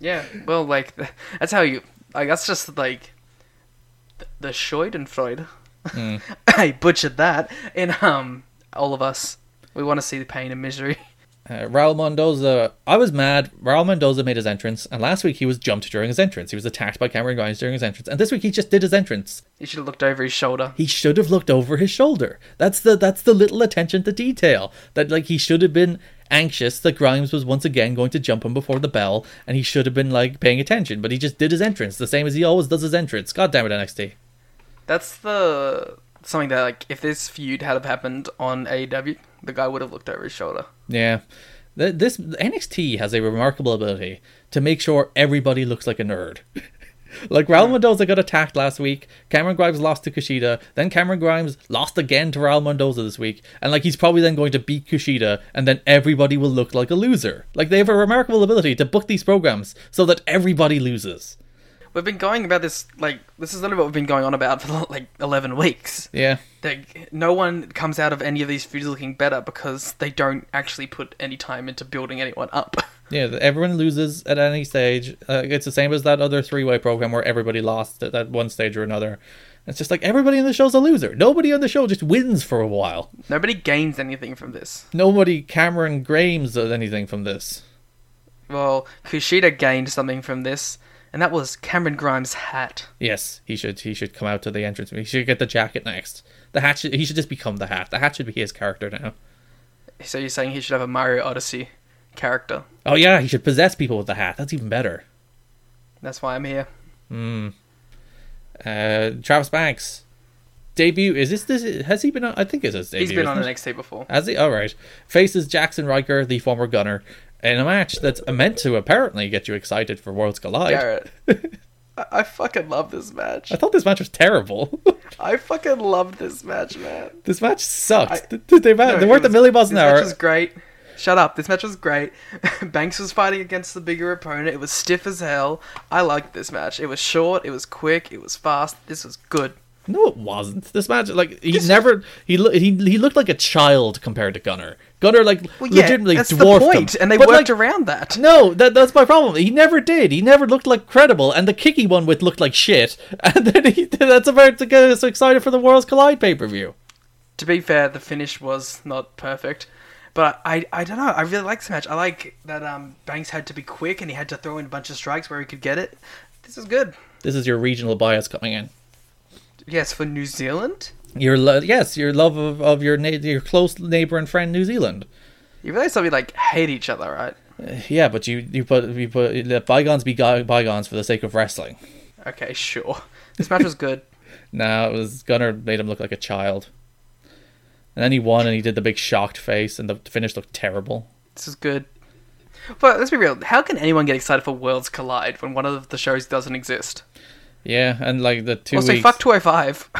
Yeah, well, like th- that's how you. Like that's just like th- the Schadenfreude. I butchered that in um all of us. We want to see the pain and misery. Uh, Raul Mendoza. I was mad. Raul Mendoza made his entrance, and last week he was jumped during his entrance. He was attacked by Cameron Grimes during his entrance, and this week he just did his entrance. He should have looked over his shoulder. He should have looked over his shoulder. That's the that's the little attention to detail that like he should have been anxious that Grimes was once again going to jump him before the bell, and he should have been like paying attention. But he just did his entrance the same as he always does his entrance. God damn it, NXT. That's the something that like if this feud had have happened on AEW, the guy would have looked over his shoulder. Yeah. Th- This NXT has a remarkable ability to make sure everybody looks like a nerd. like Raul Mendoza got attacked last week, Cameron Grimes lost to Kushida, then Cameron Grimes lost again to Raul Mendoza this week, and like he's probably then going to beat Kushida, and then everybody will look like a loser. Like they have a remarkable ability to book these programs so that everybody loses. We've been going about this like this is literally what we've been going on about for like eleven weeks. Yeah. Like no one comes out of any of these feuds looking better because they don't actually put any time into building anyone up. Yeah, th- everyone loses at any stage. Uh, it's the same as that other three-way program where everybody lost at that one stage or another. It's just like everybody in the show's a loser. Nobody on the show just wins for a while. Nobody gains anything from this. Nobody Cameron Grames does anything from this. Well, Kushida gained something from this, and that was Cameron Grimes' hat. Yes, he should. He should come out to the entrance. He should get the jacket next. The hat. Should, he should just become the hat. The hat should be his character now. So you're saying he should have a Mario Odyssey character? Oh yeah, he should possess people with the hat. That's even better. That's why I'm here. Uh, Travis Banks debut. Is this this? Has he been on? I think it's his debut. He's been on isn't it? NXT before. Has he? All right. Faces Jackson Riker, the former gunner, in a match that's meant to apparently get you excited for Worlds Collide. Garrett. I-, I fucking love this match. I thought this match was terrible. I fucking love this match, man. this match sucked. I- Th- they, ma- No, they it weren't the was- Millie Buzz This match hour. was great. Shut up. This match was great. Banks was fighting against the bigger opponent. It was stiff as hell. I liked this match. It was short. It was quick. It was fast. This was good. No, it wasn't. This match, like he never, he lo- he he looked like a child compared to Gunner. Gunner, like, Well, yeah, legitimately that's dwarfed the point, him. and they But, worked like, around that. No, that that's my problem. He never did. He never looked like credible, and the kicky one with looked like shit. And then he, that's about to get us excited for the Worlds Collide pay per view. to be fair, the finish was not perfect. But I, I don't know. I really like this match. I like that um, Banks had to be quick and he had to throw in a bunch of strikes where he could get it. This is good. This is your regional bias coming in. Yes, for New Zealand. Your lo- yes, your love of, of your na- your close neighbor and friend New Zealand. You realize that we like hate each other, right? Yeah, but you you put you put let bygones be go- bygones for the sake of wrestling. Okay, sure. This match was good. Nah, it was Gunner made him look like a child. And then he won, and he did the big shocked face, and the finish looked terrible. This is good. But let's be real. How can anyone get excited for Worlds Collide when one of the shows doesn't exist? Yeah, and like the two also, weeks, fuck 205.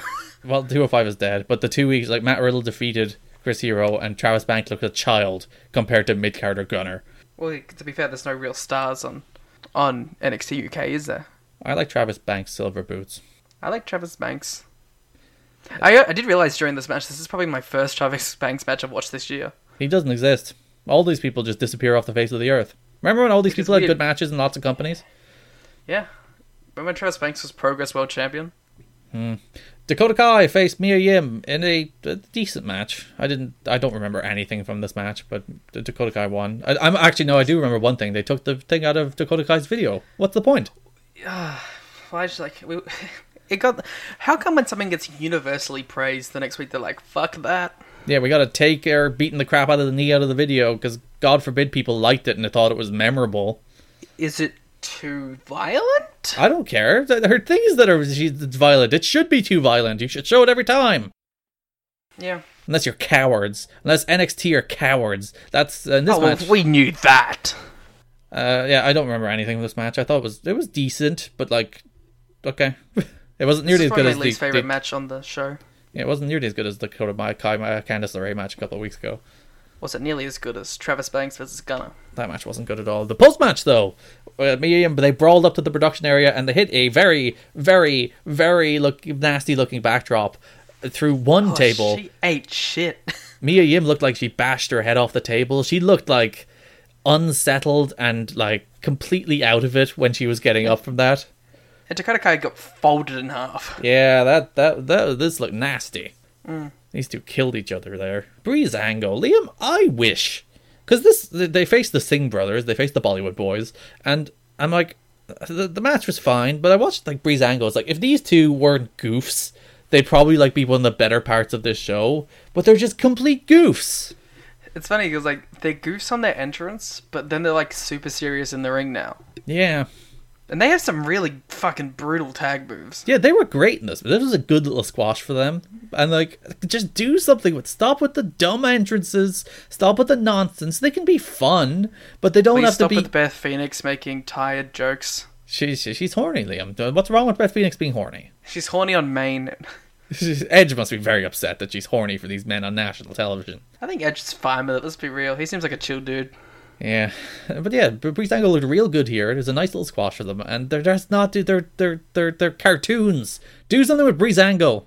well, two hundred five is dead, but the two weeks like Matt Riddle defeated Chris Hero, and Travis Banks looked like a child compared to mid Carter Gunner. well, to be fair, there's no real stars on on NXT UK, is there? I like Travis Banks' silver boots. I like Travis Banks. I I did realize during this match, this is probably my first Travis Banks match I've watched this year. He doesn't exist. All these people just disappear off the face of the earth. Remember when all these Which is people had weird. good matches in lots of companies? Yeah. Remember when Travis Banks was Progress World Champion? Dakota Kai faced Mia Yim in a, a decent match. I didn't. I don't remember anything from this match, but D- Dakota Kai won. I, I'm actually no. I do remember one thing. They took the thing out of Dakota Kai's video. What's the point? Why just like we, it got? How come when something gets universally praised, the next week they're like, "Fuck that." Yeah, we got to take her beating the crap out of the knee out of the video because God forbid people liked it and they thought it was memorable. Is it too violent? I don't care. Th- Her things that are she's violent. It should be too violent. You should show it every time. Yeah. Unless you're cowards. Unless NXT are cowards. That's uh, in this Oh, well, match. we knew that. Uh, yeah, I don't remember anything from this match. I thought it was it was decent, but like, okay, it wasn't This nearly is as good probably as my least the, favorite the- match on the show. yeah, it wasn't nearly as good as the Dakota Mai- Kai Mai- Candice LeRae match a couple of weeks ago. Was it nearly as good as Travis Banks versus Gunner? That match wasn't good at all. The post match though, uh, me and they brawled up to the production area and they hit a very, very, very look nasty looking backdrop through one Oh, table. She ate shit. Mia Yim looked like she bashed her head off the table. She looked like unsettled and like completely out of it when she was getting up from that. and Dakota Kai got folded in half. Yeah, that that that this looked nasty. These two killed each other there. Breezango, Liam. I wish because this they- they faced the Singh brothers, they faced the Bollywood boys, and I'm like, the, the match was fine, but I watched like Breeze angles. Like if these two weren't goofs, they'd probably like be one of the better parts of this show. But they're just complete goofs. It's funny because like they goose on their entrance, but then they're like super serious in the ring now, Yeah, and they have some really fucking brutal tag moves. yeah, they were great in this. But this was a good little squash for them. And like, just do something with stop with the dumb entrances, stop with the nonsense. They can be fun, but they don't Please have stop to be. with Beth Phoenix making tired jokes. She's she's horny, Liam. What's wrong with Beth Phoenix being horny? She's horny on Maine. Edge must be very upset that she's horny for these men on national television. I think Edge is fine with it. Let's be real. He seems like a chill dude. Yeah, but yeah, Br- Breeze Angle looked real good here. It was a nice little squash for them, and they're just not do they're they're they're they're cartoons. Do something with Breeze Angle.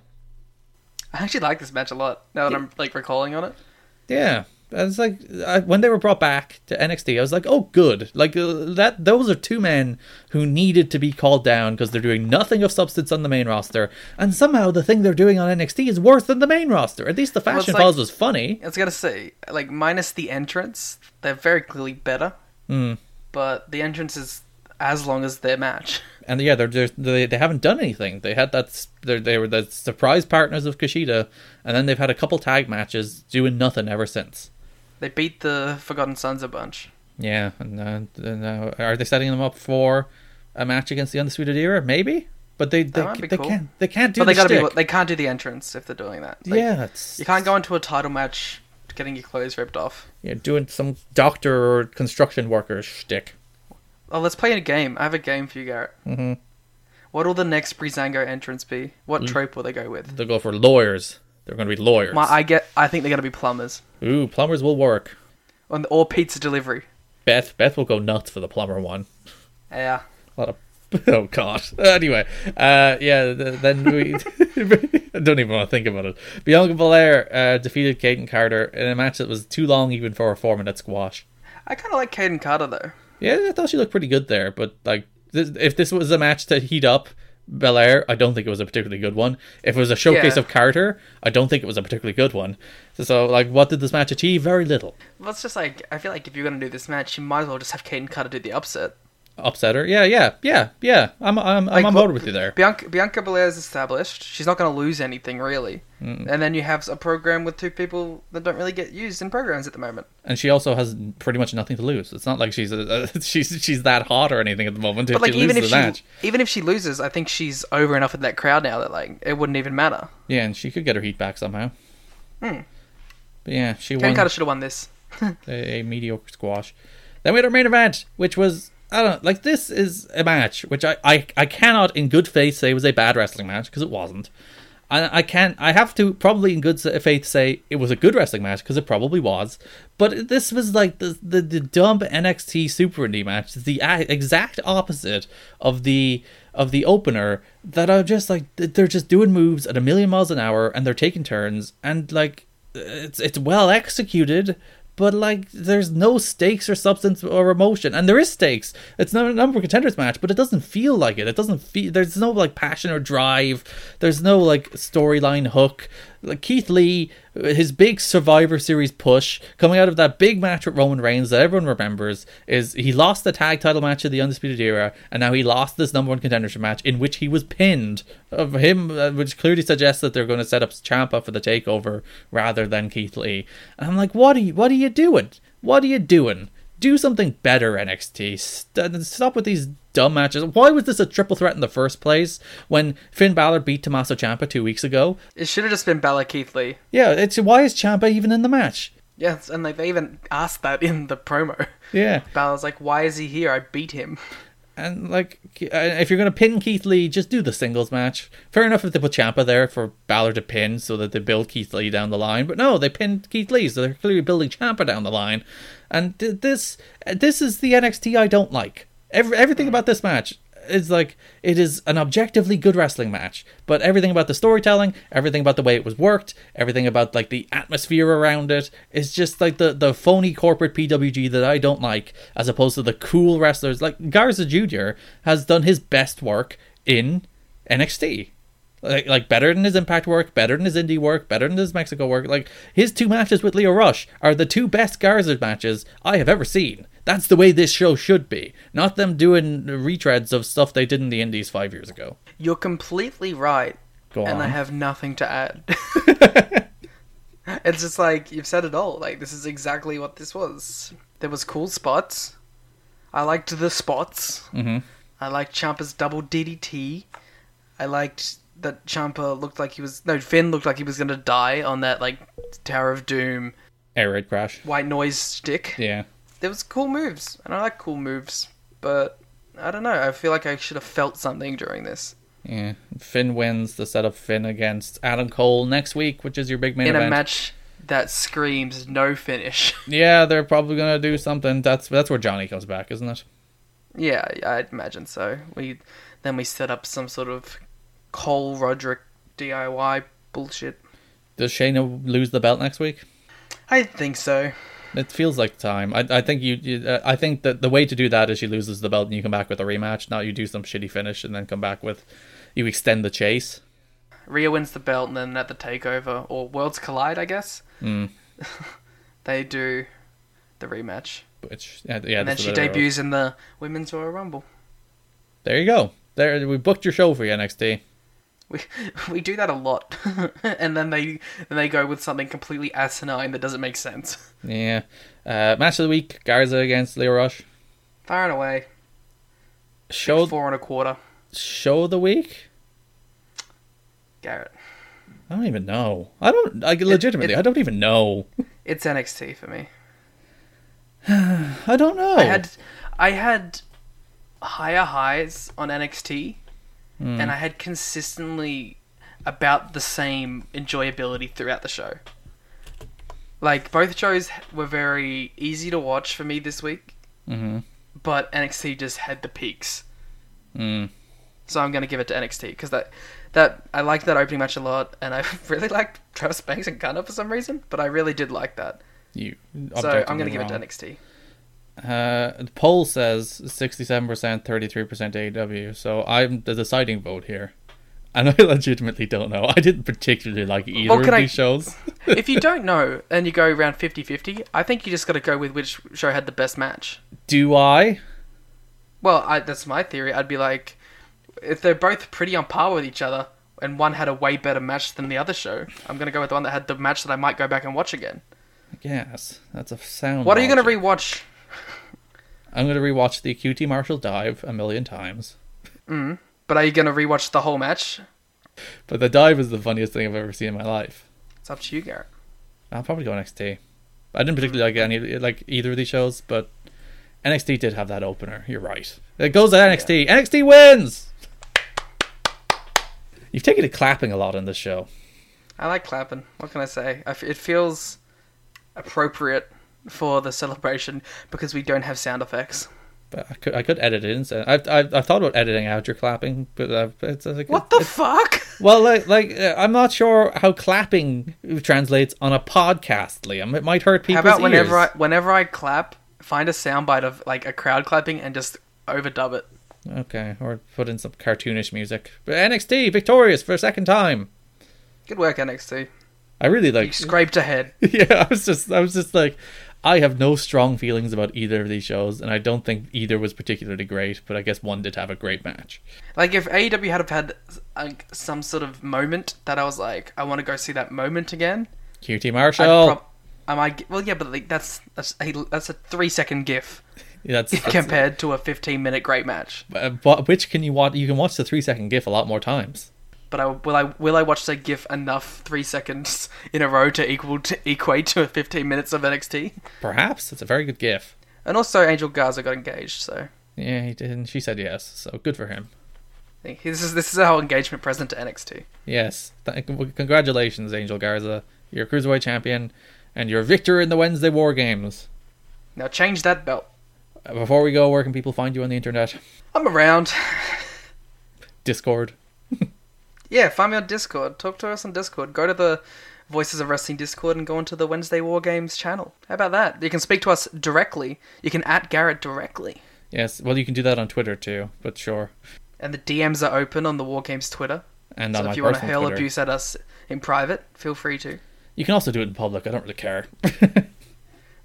I actually like this match a lot now that I'm like recalling on it. Yeah, I was like I, when they were brought back to NXT, I was like, oh, good. Like uh, that, those are two men who needed to be called down because they're doing nothing of substance on the main roster, and somehow the thing they're doing on NXT is worse than the main roster. At least the it's Fashion like- Files was funny. I was gonna say, like, minus the entrance, they're very clearly better. Mm. But the entrance is as long as their match. and yeah, they're, they're they they haven't done anything. They had that s- they're- they were the surprise partners of Kushida, and then they've had a couple tag matches doing nothing ever since. They beat the Forgotten Sons a bunch. Yeah, and, uh, and uh, are they setting them up for a match against the Undisputed Era? Maybe, but they they, might be they cool. can't they can't do. But they the gotta shtick. be they can't do the entrance if they're doing that. Like, yeah, it's, You can't go into a title match getting your clothes ripped off. You're doing some doctor or construction worker shtick. Oh, let's play a game. I have a game for you, Garrett. Mm-hmm. What'll the next Breezango entrance be? Mm. What trope will they go with? They'll go for lawyers. They're going to be lawyers. My, I get. I think they're gonna be plumbers, Ooh, plumbers will work. On- or pizza delivery. Beth Beth will go nuts for the plumber one. Yeah. A lot of oh god. Anyway, uh, yeah. th- Then we I don't even want to think about it. Bianca Belair uh, defeated Caden Carter in a match that was too long even for a four minute squash. I kind of like Caden Carter though. Yeah, I thought she looked pretty good there, but like this, if this was a match to heat up. Belair, I don't think it was a particularly good one. If it was a showcase Yeah. of Carter, I don't think it was a particularly good one. So, so, like, what did this match achieve? Very little. Well, it's just like I feel like if you're gonna do this match, you might as well just have Caden Carter do the upset. Upsetter. Yeah, yeah, yeah, yeah. I'm, I'm, I'm on look, board with you there. Bianca Bianca Belair's established. She's not gonna lose anything really. And then you have a program with two people that don't really get used in programs at the moment. and she also has pretty much nothing to lose. It's not like she's uh she's she's that hot or anything at the moment. If But like she even if loses she the match, even if she loses, I think she's over enough with that crowd now that like it wouldn't even matter. yeah, and she could get her heat back somehow. Hmm. But yeah, she Caden won Carter should have won this. a, a mediocre squash. Then we had our main event, which was I don't know, like this is a match which I I, I cannot in good faith say was a bad wrestling match because it wasn't. And I can I have to probably in good sa- faith say it was a good wrestling match because it probably was. But this was like the the, the dumb NXT Super Indie match, It's the a- exact opposite of the of the opener that I'm just like th- they're just doing moves at a million miles an hour and they're taking turns and like it's it's well executed but like there's no stakes or substance or emotion and there is stakes it's not a number of contenders match but it doesn't feel like it it doesn't feel there's no like passion or drive there's no like storyline hook like keith lee his big survivor series push coming out of that big match with roman reigns that everyone remembers is he lost the tag title match of the undisputed era and now he lost this number one contendership match in which he was pinned of him uh, which clearly suggests that they're going to set up champa for the takeover rather than keith lee and i'm like what are you what are you doing what are you doing do something better nxt St- uh, stop with these dumb matches why was this a triple threat in the first place when finn Balor beat Tommaso champa two weeks ago It should have just been Bella Keith Lee. yeah it's why is champa even in the match Yes, and like they even asked that in the promo. yeah Bella's like, "Why is he here? I beat him." And like, Ke- uh, if you're gonna pin Keith Lee, just do the singles match. Fair enough if they put Champa there for Balor to pin, so that they build Keith Lee down the line. But no, they pinned Keith Lee, so they're clearly building Champa down the line. And th- this, this is the NXT I don't like. Every, everything about this match is like it is an objectively good wrestling match, but everything about the storytelling, everything about the way it was worked, everything about like the atmosphere around it is just like the the phony corporate PWG that I don't like, as opposed to the cool wrestlers like Garza Jr. has done his best work in NXT. Like, like better than his Impact work, better than his indie work, better than his Mexico work. Like his two matches with Leo Rush are the two best Garza matches I have ever seen. That's the way this show should be, not them doing retreads of stuff they did in the Indies five years ago. You're completely right, Go and on. I have nothing to add. it's just like you've said it all. Like this is exactly what this was. There was cool spots. I liked the spots. Mm-hmm. I liked Champa's double DDT. I liked that Champa looked like he was no Finn looked like he was gonna die on that like Tower of Doom Air raid crash. white noise stick. Yeah. There was cool moves, and I like cool moves, but I don't know. I feel like I should have felt something during this. Yeah, Finn wins the setup. Finn against Adam Cole next week, which is your big main in event. a match that screams no finish. Yeah, they're probably gonna do something. That's that's where Johnny comes back, isn't it? yeah, I'd imagine so. We then we set up some sort of Cole Roderick DIY bullshit. Does Shayna lose the belt next week? I think so. It feels like time. I, I think you. you uh, I think that the way to do that is she loses the belt and you come back with a rematch. Not you do some shitty finish and then come back with, you extend the chase. Rhea wins the belt, and then at the takeover or Worlds Collide, I guess. Hmm. they do the rematch, Which uh, yeah, and then that's she the- debuts in the Women's Royal Rumble. There you go. There we booked your show for you NXT. We we do that a lot, and then they then they go with something completely asinine that doesn't make sense. Yeah, uh, match of the week: Garza against Leo Rush. Far and away, Show four and a quarter. show of the week. Garrett. I don't even know. I don't. I legitimately. it- I don't even know. It's NXT for me. I don't know. I had I had higher highs on NXT and I had consistently about the same enjoyability throughout the show. Like both shows were very easy to watch for me this week. Mm-hmm. But NXT just had the peaks. So I'm going to give it to NXT because that that I liked that opening match a lot, and I really liked Travis Banks and Gunner for some reason. But I really did like that, you. so I'm going to give it to NXT. Uh, the poll says 67%, 33% AW. E So I'm the deciding vote here. And I legitimately don't know. I didn't particularly like either Well, of can these I- shows. if you don't know and you go around 50-50 i think you just got to go with which show had the best match Do I? well I, that's my theory i'd be like if they're both pretty on par with each other and one had a way better match than the other show i'm going to go with the one that had the match that i might go back and watch again Yes. That's a sound. what are you going to logic. rewatch I'm going to rewatch the QT Marshall dive a million times. but are you going to rewatch the whole match But the dive is the funniest thing I've ever seen in my life. it's up to you garrett I'll probably go NXT. I didn't particularly like any like either of these shows, but NXT did have that opener. You're right. It goes to NXT. NXT wins. You've taken to clapping a lot in this show. i like clapping what can i say I f- it feels appropriate for the celebration because we don't have sound effects But I could I could edit it in. So I've, I've I've thought about editing out your clapping, but uh, it's, it's like what the fuck well, like like uh, I'm not sure how clapping translates on a podcast, Liam. It might hurt How people's about whenever I ears. whenever I clap, find a soundbite of like a crowd clapping and just overdub it. Okay, or put in some cartoonish music. But NXT victorious for a second time. Good work, NXT. I really You like scraped ahead. yeah, I was just I was just like I have no strong feelings about either of these shows and I don't think either was particularly great, but I guess one did have a great match. Like if AEW had have had like some sort of moment that I was like, I want to go see that moment again. QT I'd Marshall. prob- I might. g- Well, yeah, but like that's that's a, that's a three second gif that's, that's compared to a fifteen minute great match. uh, but which can you watch you can watch the 3 second gif a lot more times. But I will I will I watch that gif enough three seconds in a row to equal to equate to fifteen minutes of NXT. Perhaps it's a very good gif. And also, Angel Garza got engaged, so. Yeah, he did. And she said yes. So good for him. This is this is our engagement present to NXT. Yes. Th- congratulations Angel Garza. You're Cruiserweight champion and you're victor in the Wednesday War Games. Now change that belt. Uh, Before we go, where can people find you on the internet? I'm around. Discord. Yeah, find me on Discord. Talk to us on Discord. Go to the Voices of Wrestling Discord and go onto the Wednesday War Games channel. How about that? You can speak to us directly. You can at Garrett directly. Yes. Well, you can do that on Twitter too, but sure. And the DMs are open on the War Games Twitter. and on So my if you want to personal hurl Twitter. abuse at us in private, feel free to. You can also do it in public. I don't really care.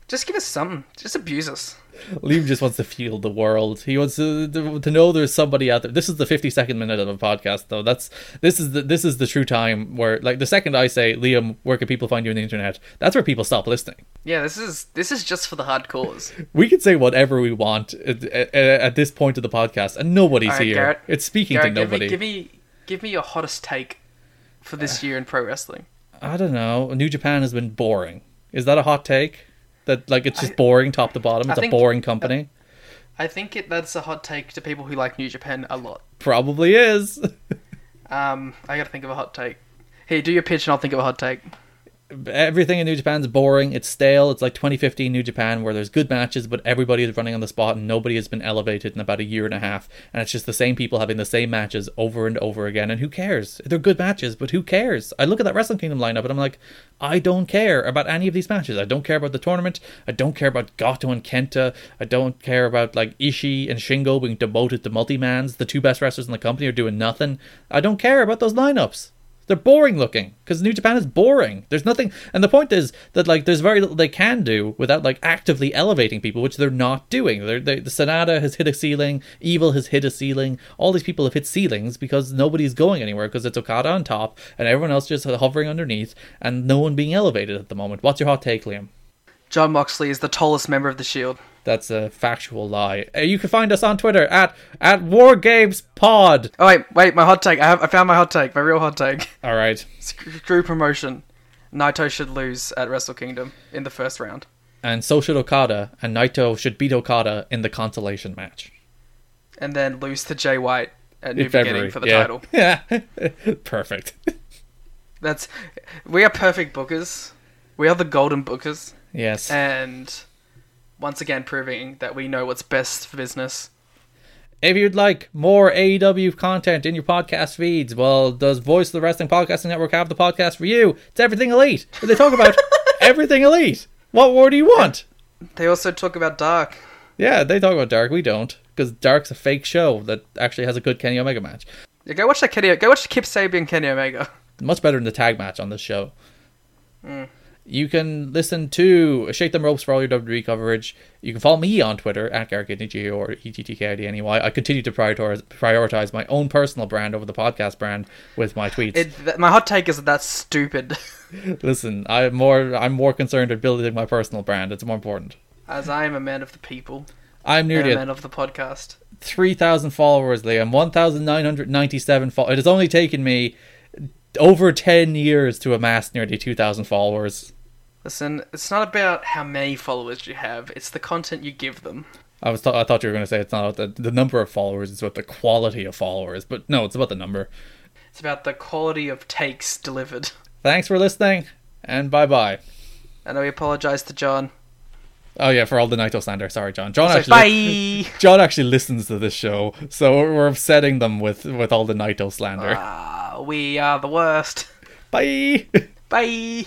Just give us something. Just abuse us. Liam just wants to feel the world. He wants to, to, to know there's somebody out there. This is the 52nd minute of a podcast, though. That's this is the this is the true time where, like, the second I say, Liam, where can people find you on the internet? That's where people stop listening. Yeah, this is this is just for the hardcores. We can say whatever we want at, at, at this point of the podcast, and nobody's All right, here. Garrett. it's speaking Garrett, to give nobody. me, give me give me your hottest take for this year in pro wrestling. I don't know. New Japan has been boring. Is that a hot take? That like it's just boring top to bottom. I It's a think- boring company. I think it, that's a hot take to people who like New Japan a lot. Probably is. Um, I gotta think of a hot take. Here, do your pitch, and I'll think of a hot take. everything in New Japan's boring. It's stale. It's like 2015 New Japan, where there's good matches, but everybody is running on the spot and nobody has been elevated in about a year and a half. And it's just the same people having the same matches over and over again. And who cares? They're good matches, but who cares? I look at that Wrestling Kingdom lineup and I'm like, I don't care about any of these matches. I don't care about the tournament. I don't care about Goto and Kenta. I don't care about like Ishii and Shingo being demoted to multi mans. The two best wrestlers in the company are doing nothing. I don't care about those lineups. They're boring looking because New Japan is boring. There's nothing, and the point is that like there's very little they can do without like actively elevating people, which they're not doing. They're, they, the Sonata has hit a ceiling, Evil has hit a ceiling. All these people have hit ceilings because nobody's going anywhere because it's Okada on top and everyone else just hovering underneath and no one being elevated at the moment. What's your hot take, Liam? John Moxley is the tallest member of the Shield. That's a factual lie. Uh, You can find us on Twitter at at War Games Pod. Oh wait, wait, my hot take. I have I found my hot take. My real hot take. All right. Screw promotion. Naito should lose at Wrestle Kingdom in the first round. And so should Okada, and Naito should beat Okada in the consolation match. and then lose to Jay White at New in Beginning February for the yeah. title. Yeah, perfect. That's we are perfect bookers. We are the golden bookers, Yes, and once again proving that we know what's best for business. if you'd like more AEW content in your podcast feeds, well, does Voice of the Wrestling Podcasting Network have the podcast for you? It's Everything Elite. Where they talk about everything elite. What more do you want? They also talk about Dark. Yeah, they talk about Dark. We don't because Dark's a fake show that actually has a good Kenny Omega match. Yeah, go watch that Kenny. Go watch Kip Sabian Kenny Omega. much better than the tag match on this show. You can listen to Shake Them Ropes for all your WWE coverage. You can follow me on Twitter at GarrettKidneyG or ETTKIDNEY. I continue to prioritize, prioritize my own personal brand over the podcast brand with my tweets. It, th- my hot take is that that's stupid, listen, I'm more I'm more concerned with building my personal brand. It's more important. as I am a man of the people I'm and nearly a at man of the podcast. 3,000 followers, Liam. 1,997 followers. It has only taken me over 10 years to amass nearly 2,000 followers. Listen, it's not about how many followers you have; it's the content you give them. I was th- I thought you were going to say it's not about the, the number of followers, it's about the quality of followers. But no, it's about the number. It's about the quality of takes delivered. Thanks for listening, and bye bye. And we apologize to John. Oh yeah, for all the Naito slander. Sorry, John. John So, actually bye. John actually listens to this show, so we're upsetting them with with all the Naito slander. Uh, We are the worst. Bye. Bye.